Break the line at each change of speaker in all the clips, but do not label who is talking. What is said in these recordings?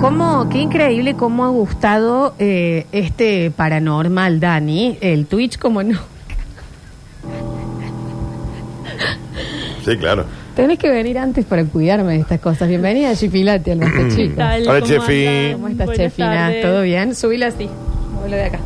¿Cómo, qué increíble cómo ha gustado eh, este paranormal, Dani. El Twitch, como no.
Sí, claro.
Tenés que venir antes para cuidarme de estas cosas. Bienvenida, Chipilati, al Basta Chico.
Hola,
¿Cómo
Chefi.
andan?
¿Cómo estás,
Buenas
Chefina?
tardes.
¿Todo bien? Subila así. Subilo de acá.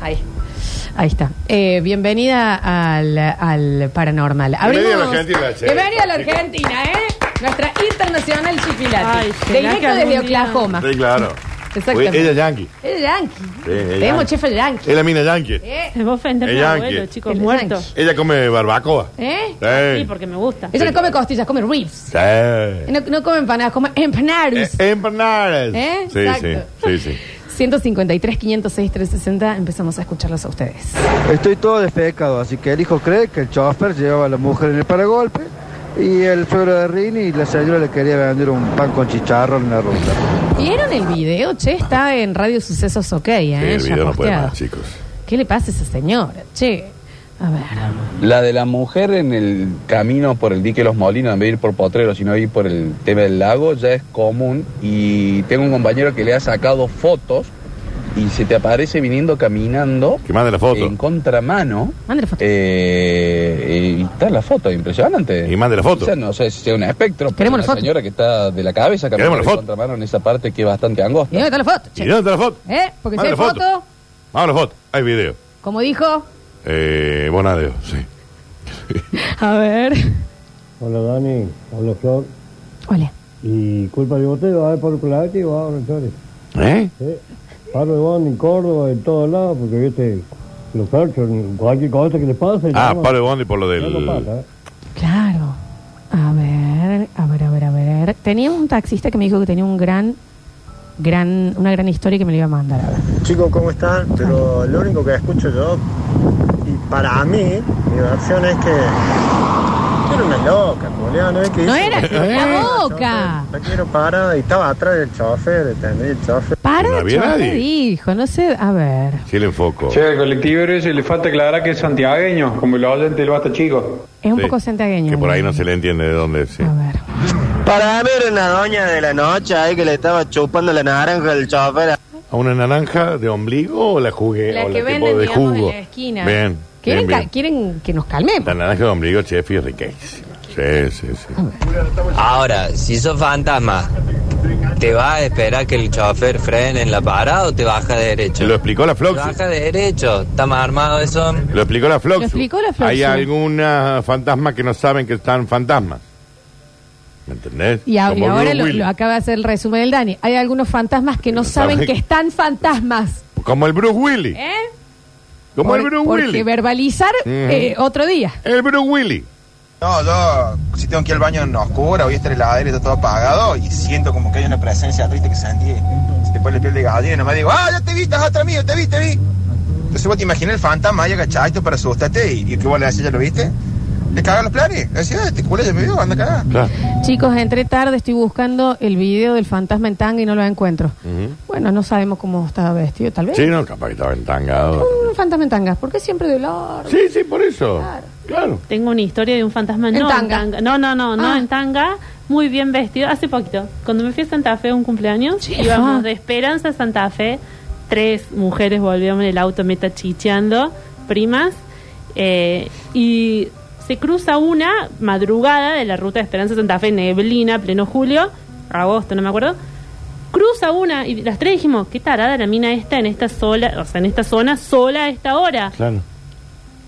Ahí. Ahí está. Eh, bienvenida al, al Paranormal. Abrimos-
Bienvenida a la Argentina, che.
Bienvenida a la Argentina, ¿eh? Nuestra internacional Chipilati.
Ay,
de
¿será que
directo
algún
desde
día-
Oklahoma.
Sí, claro.
Exactamente.
Oye, Ella es yankee.
Es yankee.
es
Tenemos
yankee.
chefa yankee.
Es la mina yankee.
¿Eh?
Me voy a ofender
El
mi
yankee.
abuelo, chicos,
El
muerto.
yankee.
Ella come barbacoa.
¿Eh?
Sí.
Sí, porque me gusta.
Ella no come costillas, come ribs.
Sí.
No, no come empanadas, come
Eh,
empanadas.
empanadas.
¿Eh?
Sí,
Exacto.
sí, sí, sí.
153, 506, 360. Empezamos a escucharlos a ustedes.
Estoy todo despecado, así que el hijo cree que el chofer llevaba a la mujer en el paragolpe y el suegro de Rini y la señora le quería vender un pan con chicharro en la ruta.
¿Vieron el video? Che, está en Radio Sucesos OK, ¿eh?
Sí, el
Ya
video no puede
posteado.
más, chicos.
¿Qué le pasa a esa señora? Che, a ver.
La de la mujer en el camino por el dique Los Molinos, en vez de ir por Potrero, sino ir por el tema del lago, ya es común. Y tengo un compañero que le ha sacado fotos y se te aparece viniendo caminando
Que mande la foto.
en contramano.
Mándale foto.
Eh, y está la foto, impresionante.
Y mande la foto.
O sea, no sé si sea un espectro, pero
Queremos
una
la foto.
señora que está de la cabeza
Queremos
caminando
la
en
foto.
contramano en esa parte que es bastante
Y
angosta.
dónde está la foto,
¿Y
che.
dónde está la foto?
¿Eh? Porque si
Manda
hay
la
foto,
foto. Vamos la foto. Hay video.
como dijo.
Eh, Bonadeo, sí.
A ver.
Hola Dani, hola Flor.
Hola.
Y culpa de usted, va a ver por el y va a ver chores.
¿Eh?
¿Eh? Paro de Bondi en Córdoba, en todos lados, porque viste, los perchos, cualquier cosa que les pase.
Ah,
llaman.
Pablo Bondi por lo
No lo
del.
pasa, ¿eh?
Claro. A ver, a ver, a ver, a ver. Tenía un taxista que me dijo que tenía un gran, gran, una gran historia que me lo iba a mandar. A ver.
Chicos, ¿cómo están? Pero lo único que escucho yo, y para mí, mi versión es que era una loca, Julián, ¿eh? Que
No
hizo-
era, era loca.
La quiero parar y estaba atrás del chofer, ¿entendés? El chofer.
Para
No
de
había
chorar,
nadie.
dijo, no sé, a ver.
Sí, el enfoco.
Che, el colectivo se le falta aclarar que es santiagueño, como el oyente del basta chico.
Es un
Sí.
poco santiagueño. Ah.
Que por ahí no se le entiende de dónde es. sí.
A ver.
Para mí era una doña de la noche ahí que le estaba chupando la naranja al chofer.
¿A una naranja de ombligo o la jugué?
La
o
que
puedo
venden,
de
digamos,
jugo.
en la esquina.
Bien.
¿Quieren,
bien,
ca-
bien.
quieren que nos calmemos.
La naranja de ombligo, chef, es riquísima. Sí, sí,
Ah,
sí.
Ahora, si sos fantasma, ¿te vas a esperar que el chofer frene en la parada o te baja derecho?
Lo explicó la Floxu.
Baja derecho, está más armado eso.
Lo explicó la Floxu.
Lo explicó la Floxu.
Hay algunas fantasmas que no saben que están fantasmas. ¿Me entendés?
Y, a- y
Como
ahora
Bruce
lo,
Willis.
lo acaba de hacer el resumen el Dani. Hay algunos fantasmas que no
no
saben
saben.
que están fantasmas.
Como el Bruce Willis.
¿Eh?
Como
Por-
el Bruce
porque
Willis.
verbalizar eh, otro día.
El Bruce Willis.
No, yo si tengo que ir al baño en oscura, voy a estar el heladero y está todo apagado y siento como que hay una presencia triste que sentí. Se te pone la piel de gallina y nomás digo, ah, ya te vi, estás atrás mío, te vi, te vi. Entonces vos te imaginas el fantasma ahí agachadito para asustarte y, y que vos le decís, ya lo viste. Le cagan los planes. Le decís, ah, este culo ya me vio, anda acá.
Claro.
Chicos, entré tarde, estoy buscando el video del fantasma en tanga y no lo encuentro.
Ujú.
Bueno, no sabemos cómo estaba vestido, tal vez. Uh,
Sí, no, capaz que estaba entangado.
Un fantasma en tanga. ¿Por qué siempre de olor?
Sí, sí, por eso. Claro.
Tengo una historia de un fantasma
En
no
tanga.
en tanga. No, no, no, no
Ah.
en tanga. Muy bien vestido. Hace poquito, cuando me fui a Santa Fe a un cumpleaños,
Sí, ah.
íbamos de Esperanza a Santa Fe. Tres mujeres volvíamos en el auto meta chicheando, primas. eh, y se cruza una madrugada de la ruta de Esperanza a Santa Fe, neblina, pleno julio, agosto, no me acuerdo. Cruza una y las tres dijimos, qué tarada la mina esta en esta sola, o sea, en esta zona sola a esta hora
Claro.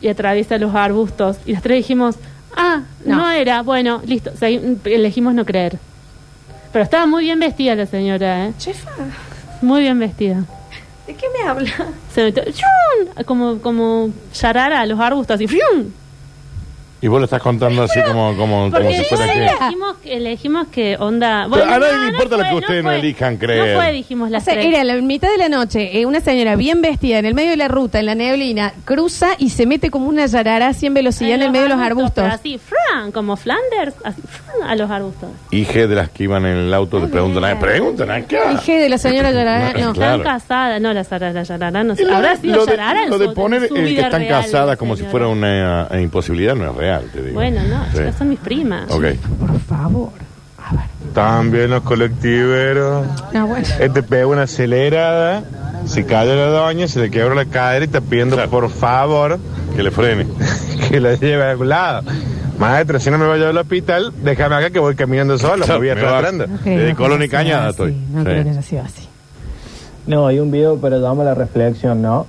y atraviesa los arbustos. Y las tres dijimos, ah,
No.
no, era, bueno, listo. Segui- elegimos no creer. Pero estaba muy bien vestida la señora, ¿eh?
Chefa,
Muy bien vestida.
¿de qué me habla?
Se metió, ¡fium! como, como yarara a los arbustos, así, ¡fium!
Y vos lo estás contando así como, como, como si
Porque
fuera que.
elegimos, elegimos que onda...
a nadie le importa lo que ustedes no elijan creer.
No fue, dijimos
O
las
sea,
tres.
era la mitad de la noche, eh, una señora bien vestida en el medio de la ruta, en la neblina, cruza y se mete como una yarara a 100 velocidad en, el medio de los arbustos.
pero Así, ¡fran! como Flanders, así, ¡fran! a los arbustos.
Hije de las que iban en el auto, te preguntan, "Ah, preguntan acá.
Dije de la señora yarara, no.
Claro.
Están casadas, no, la Sara, la Yarara, no
Y
sé.
lo-
Habrá
lo
sido
de-
Yarara en
Lo de
su-
poner
en su
el que
vida
están
real,
casadas como si
señora.
fuera una eh, imposibilidad no es real, te digo.
Bueno, no,
Sí.
chicas, son mis primas.
Ok.
Por favor. A ver.
También los colectiveros.
No, bueno.
Eh,
Este pegó una acelerada, se cayó la doña, se le quebró la cadera y está pidiendo por favor
que le frene.
que la lleve a algún lado. Maestra, si no me voy a llevar al hospital, déjame acá que voy caminando solo, me voy
Me va-
arrastrando.
No creo,
Desde
no
Colón
creo
y
que sea
Cañada
así,
estoy.
No
Sí.
creo que haya sido así.
No, hay un video, pero damos la reflexión, ¿no?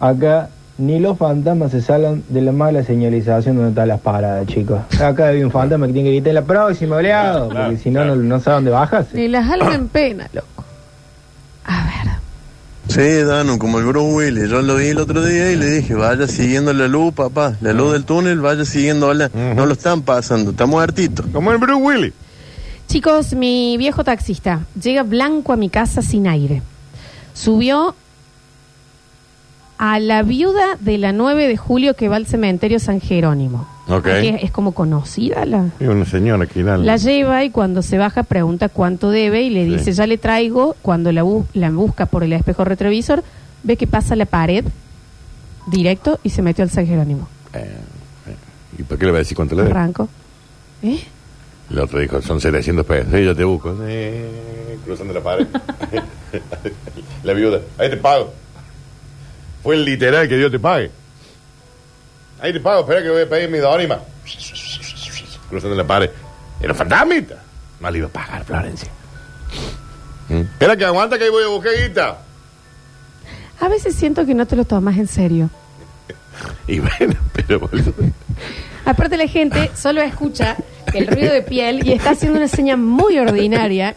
Acá ni los fantasmas se salen de la mala señalización donde están las paradas, chicos. Acá hay un fantasma que tiene que gritar la próxima, oleado, porque si no, no, no sabe dónde bajas.
Ni las almas en pena, loco.
Sí, Danu, como el Bruce Willis. Yo lo vi el otro día y le dije, vaya siguiendo la luz, papá. La luz del túnel, vaya siguiéndola. No lo están pasando, está muertito.
Como el Bruce Willis.
Chicos, mi viejo taxista llega blanco a mi casa sin aire. Subió a la viuda de la 9 de julio que va al cementerio San Jerónimo.
Ok.
Aquí Es, es como conocida la.
Y una señora aquí, dale.
La lleva y cuando se baja pregunta cuánto debe y le
Sí.
dice, ya le traigo. Cuando la, bu- la busca por el espejo retrovisor, ve que pasa la pared directo y se metió al San Jerónimo.
Eh, ¿Y por qué le va a decir cuánto le debe?
Arranco. ¿Eh?
El otro dijo, son 700 pesos. Sí, yo te busco. Sí, cruzando la pared. la viuda. Ahí te pago. Fue el literal que Dios te pague. Ahí te pago, espera que voy a pedir mi dónima. Cruzando la pared. Era fantasmita. No le iba a pagar, Florencia. ¿Mm? Espera que aguanta que ahí voy a buscar guita.
A veces siento que no te lo tomas en serio.
Y bueno, pero boludo.
Aparte la gente solo escucha el ruido de piel y está haciendo una seña muy ordinaria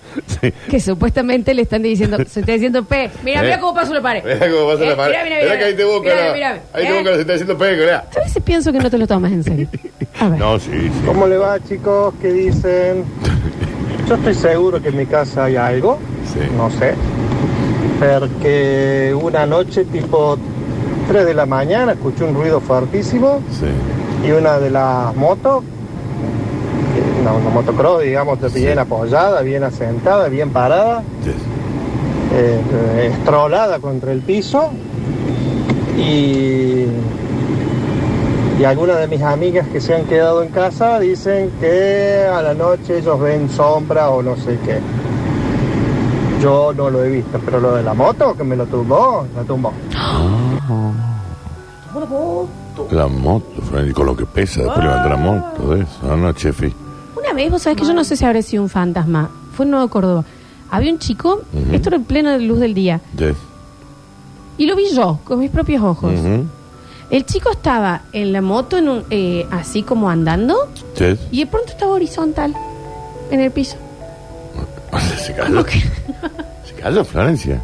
que supuestamente le están diciendo 700 P. Mira, mira
Eh.
cómo paso la pared.
Mira cómo pasa
Eh,
la pared.
Mira, mira,
Mira
mira.
que ahí te busco.
Mira,
la-
mira,
Ahí te
eh.
busco los 700 pesos, mira.
Yo a veces pienso que no te lo tomas en serio.
No, sí, sí.
¿Cómo le va, chicos? ¿Qué dicen? Yo estoy seguro que en mi casa hay algo, no sé, porque una noche tipo 3 de la mañana escuché un ruido fuertísimo y una de las motos, que- una, una motocross, digamos, de bien apoyada, bien asentada, bien parada, eh, eh, estrolada contra el piso y y algunas de mis amigas que se han quedado en casa dicen que a la noche ellos ven sombra o no sé qué. Yo no lo he visto, pero lo de la moto que me lo tumbó, la tumbó.
La moto, Fran, y con lo que pesa, después levantó la moto, eso. No, no, chefi.
Una vez, vos sabés que yo no sé si habré sido un fantasma. Fue en Nuevo Córdoba. Había un chico,
Ujú.
esto era en plena luz del día,
Yes.
y lo vi yo con mis propios ojos.
Ujú.
El chico estaba en la moto, en un, eh, así como andando,
Yes.
y de pronto estaba horizontal en el piso.
Se cayó. Se cayó, Florencia.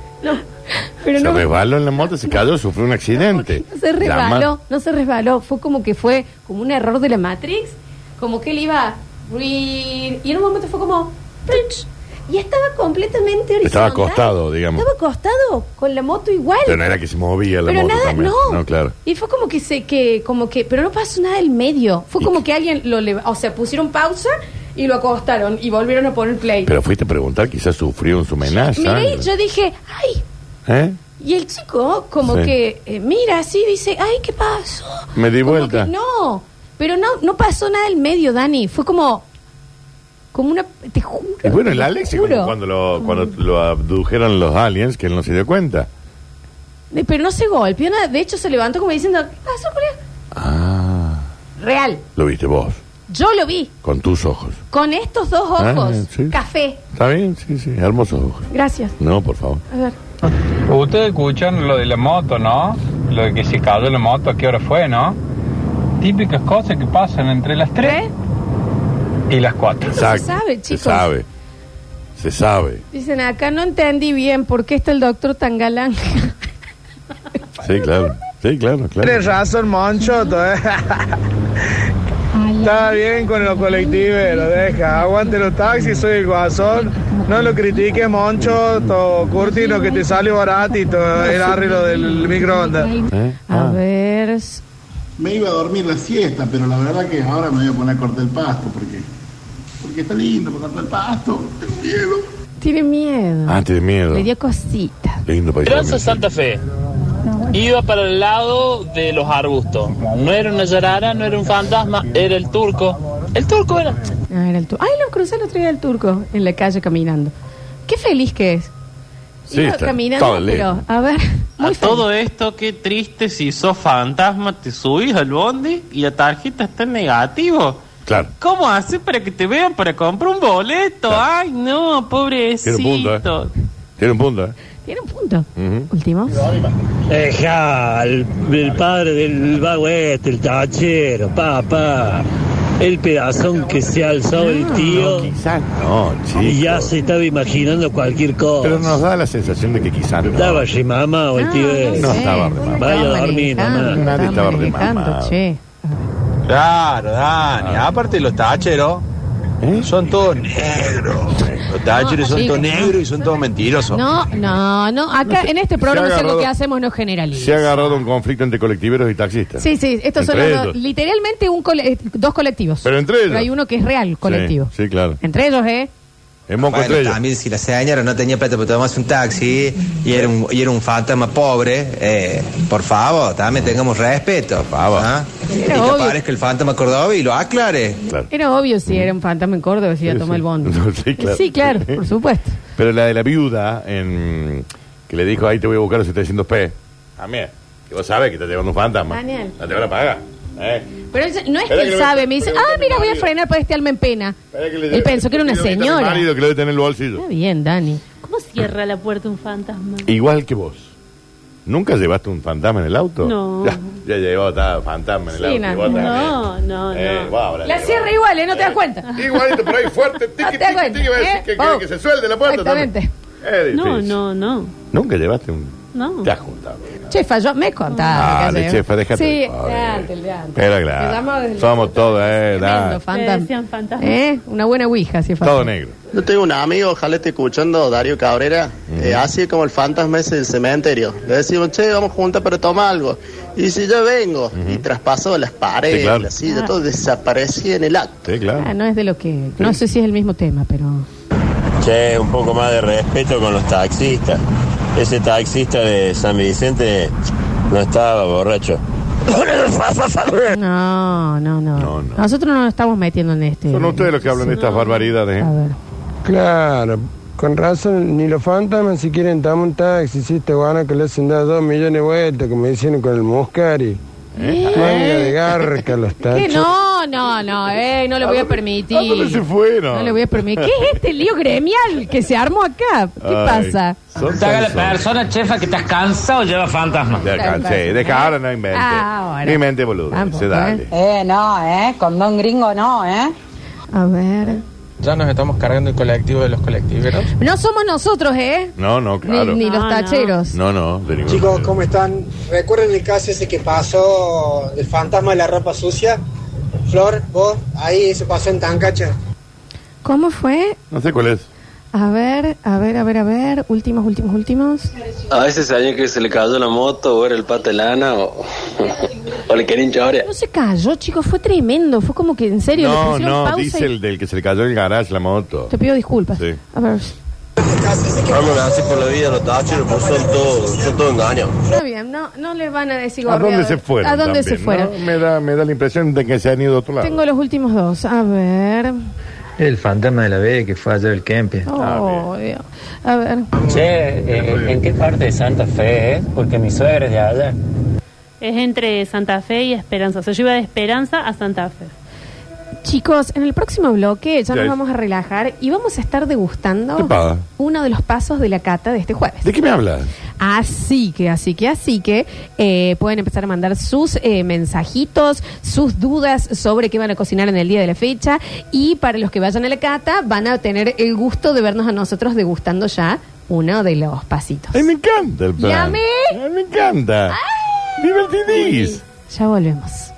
Pero
se
no,
resbaló en la moto, se cayó, sufrió un accidente.
no se resbaló, no se resbaló. Fue como que fue como un error de la Matrix, como que él iba. ruir, Y en un momento fue como. ¡prunch! Y estaba completamente horizontal.
Estaba acostado, digamos.
Estaba acostado, con la moto igual.
Pero no era que se movía la
Pero
moto
nada,
también.
no.
claro.
Y fue como que se, que, como que, pero no pasó nada del medio. Fue como que alguien lo leva- o sea, pusieron pausa y lo acostaron y volvieron a poner play.
Pero fuiste a preguntar, quizás sufrió en su menaza.
Miré, y yo dije, ay,
¿Eh?
y el chico como
Sí.
que eh, mira así, dice, ay, ¿qué pasó?
Me di vuelta.
No, pero no, no pasó nada del medio, Dani. Fue como, como una, te juro.
Y bueno, el
te
Alex,
juro.
como cuando lo, cuando lo abdujeron los aliens, que él no se dio cuenta.
Eh, Pero no se golpeó nada. De hecho, se levantó como diciendo, ¿qué pasó, Julián? Ah. Real.
Lo viste vos,
Yo lo vi
con tus ojos.
con estos dos
Ah,
ojos.
sí.
Café.
¿Está bien? Sí, sí, hermosos ojos.
Gracias.
No, por favor.
A ver.
Ustedes escuchan lo de la moto, ¿no? Lo de que se cayó la moto, ¿a qué hora fue, no? Típicas cosas que pasan entre las 3 y las 4.
Esto se Exacto. sabe, chicos.
Se sabe. Se sabe.
Dicen, acá no entendí bien por qué está el doctor tan galán.
Sí, claro. Sí, claro,
Tienes
claro.
razón, Monchoto, eh. Está bien con los colectivos, lo deja. Aguante los taxis, soy el guasón. No lo critiques, Monchoto, Curtino, que te sale baratito el arreglo del microondas.
¿Eh? Ah.
A ver.
Me iba a dormir la siesta, pero la verdad que ahora me voy a poner a cortar el pasto porque, porque está lindo para cortar el pasto. Tengo miedo.
Tiene miedo.
Ah, tiene miedo.
Le dio cosita.
Lindo país.
Esperanza Santa Fe. Iba para el lado de los arbustos. No era una yarara, no era un fantasma, era el turco. El turco era.
Ah, era el turco. Ay, los crucé el otro día del turco en la calle caminando. Qué feliz que es.
Sí,
Iba
está
caminando, pero
todo lejos.
a ver,
A todo
¿eh?
esto, qué triste si sos fantasma, te subís al bondi y la tarjeta está en negativo.
Claro.
¿Cómo haces para que te vean para comprar un boleto? Ay, no, pobrecito.
Tiene un punto, ¿eh? Tiene un punto, ¿eh?
tiene un punto. Último.
Deja, el, el padre del vago este, el tachero, papá. El pedazón que se ha alzado el tío.
No, chico.
Y ya se estaba imaginando cualquier cosa.
Pero nos da la sensación de que quizás no.
¿Estaba allí mamá
Ah,
o el tío ese?
No estaba re mamá.
Vaya a dormir
manejando,
nomás.
Nadie estaba re
manejando,
mamado.
che.
Claro, Dani.
Ah.
Aparte los tacheros
¿Eh?
son todos negros. Los tacheros
No,
son todos
chicos, no.
negros y son todos mentirosos.
No, no, no. Acá en este programa
se
es lo
agarró-
que hacemos, no
Se
generaliza.
ha agarrado un conflicto entre colectiveros y taxistas.
Sí, sí, estos son
Entre
los dos-
ellos.
literalmente un cole- eh, dos colectivos.
Pero entre ellos.
hay uno que es real colectivo.
Sí, sí, claro.
Entre ellos, ¿eh?
En Monco
Bueno,
entre ellos.
también si la señora no tenía plata para tomarse un taxi y era un, y era un fantasma pobre, eh, por favor, también tengamos respeto, por favor. ¿ah? Y que
Era obvio.
aparezca el fantasma cordobés y lo aclare.
Era obvio si era un fantasma en Córdoba, si iba a tomar el bono.
No, sí, claro.
Sí, claro, por supuesto.
Pero la de la viuda, en, que le dijo, ahí te voy a buscar los 700 P. A mí, que vos sabes que está llevando un fantasma.
Daniel.
La te van a pagar. ¿eh?
Pero él- no es que
Espera
él
que lo-
sabe, me dice, ah, mira, voy a frenar para este alma en pena. Él pensó que era una
Quiero invitar a mi
señora.
marido que lo debe tener en el bolsillo.
Está bien, Dani.
¿Cómo cierra la puerta un fantasma?
Igual que vos. ¿Nunca llevaste un fantasma en el auto?
No.
Ya, ya llevó ta- fantasma en el
Sí,
auto. y vos también.
No, no,
Eh,
no.
vos habrá
La
llevado.
cierra igual, ¿eh? No te das cuenta.
Igualito, pero ahí fuerte,
No te das cuenta.
tiki, va a decir
¿eh?
que- que-
Oh.
que se suelte la puerta también.
Exactamente.
Es
No,
difícil.
no, no.
Nunca llevaste un...
No.
Te has juntado.
Chefa, yo me contaba.
Dale,
que
chefa, déjate
Ah, Sí,
de joder.
antes, el de antes.
Pero
Te llamaba
claro.
desde-
Somos todos, eh,
Tremendo,
da.
fantasma.
Te decían fantasma.
¿Eh? Una buena ouija, si es
Todo negro.
Yo tengo un amigo, ojalá esté escuchando, Dario Cabrera, eh, así como el fantasma ese del cementerio. Le decimos, che, vamos juntas para tomar algo. Y si yo vengo, y traspaso las paredes,
Sí, claro.
Ah.
las sillas, todo desaparecía en el acto.
Sí, claro.
Ah, no es de lo que. No sé si es el mismo tema, pero.
Che, un poco más de respeto con los taxistas. Ese taxista de San Vicente no estaba borracho.
No, no, no. Nosotros no nos estamos metiendo en este.
Son ustedes los que hablan de estas barbaridades.
A
¿eh?
ver.
Claro, con razón, ni los fantasmas si quieren dame un taxi, si este guano que le hacen dar dos millones de vueltas, como hicieron con el Muscari. Manga de garca los
¿Qué?
tachos.
No, no, no, eh, no le
Ah,
voy a permitir.
¿A dónde se fueron?
No le voy a permitir. ¿Qué es este lío gremial que se armó acá? ¿Qué
Ay,
pasa?
son-
Te haga la
son- son-
persona, chefa, que estás cansado, lleva fantasma.
Ya cansé. Deja ahora no invente.
Ah,
Ahora.
No invente, boludo. Se dale.
Eh, no, eh, condón gringo no, eh.
A ver.
Ya nos estamos cargando el colectivo de los colectiveros.
No somos nosotros, ¿eh?
No, no,
Ni-
claro.
Ni, los tacheros.
No, no, de ningún
Chicos, ¿cómo están? ¿Recuerdan el caso ese que pasó del fantasma de la ropa sucia? Flor, vos, ahí se pasó en Tancacha.
¿Cómo fue?
No sé cuál es.
A ver, a ver, a ver, a ver. Últimos, últimos, últimos.
A ese señor que se le cayó la moto, o era el pata de lana, o, o le querían chorear.
No se cayó, chicos. Fue tremendo. Fue como que en serio. le
No,
pusieron
no,
pausa y-
dice el del que se le cayó el garage la moto.
Te pido disculpas.
Sí.
A ver.
Vamos a hacer por la vida los tacheros, pues son todos, son todos engaños.
Está bien, no, no les van a decir
¿A dónde
gorreador.
se fueron?
¿A dónde
también,
se fueron?
no? Me, da, me da la impresión de que se han ido a otro lado.
Tengo los últimos dos. A ver.
El fantasma de la B que fue ayer el Kempe.
Oh,
Ah,
Dios. A ver.
Che, eh, ¿en qué parte de Santa Fe es? Porque mi suegra es de allá.
Es entre Santa Fe y Esperanza. O sea, yo iba de Esperanza a Santa Fe.
Chicos, en el próximo bloque ya
Ya
nos
es.
vamos a relajar y vamos a estar degustando
Epa.
uno de los pasos de la cata de este jueves.
¿De qué me hablas?
Así que, así que, así que eh, pueden empezar a mandar sus eh, mensajitos, sus dudas sobre qué van a cocinar en el día de la fecha. Y para los que vayan a la cata, van a tener el gusto de vernos a nosotros degustando ya uno de los pasitos.
Ay, me encanta el plan.
¿Y a mí?
Ay, me encanta. Divertidís.
Ya volvemos.